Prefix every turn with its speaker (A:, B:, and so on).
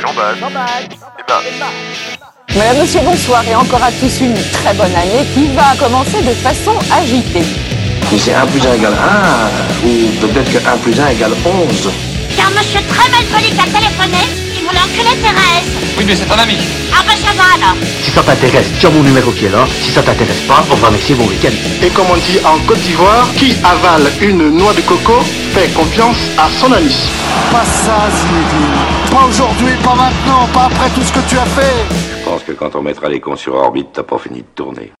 A: Jean-Baptiste. Eh ben,
B: Madame, monsieur, bonsoir et encore à tous une très bonne année qui va commencer de façon agitée.
C: Mais c'est 1 plus 1 égale 1, ou peut-être que 1 plus 1 égale 11.
D: C'est un monsieur très malpoli qui a téléphoné, qui voulait enculer Thérèse.
E: Oui, mais c'est un ami.
D: Ah bah ça va alors.
F: Si ça t'intéresse, tu as mon numéro qui est là. Si ça t'intéresse pas, on va mixer mon week-end.
G: Et comme on dit en Côte d'Ivoire, qui avale une noix de coco fait confiance à son ami.
H: Pas ça, Zinedine. Pas aujourd'hui, pas maintenant, pas après tout ce que tu as fait.
I: Je pense que quand on mettra les cons sur orbite, t'as pas fini de tourner.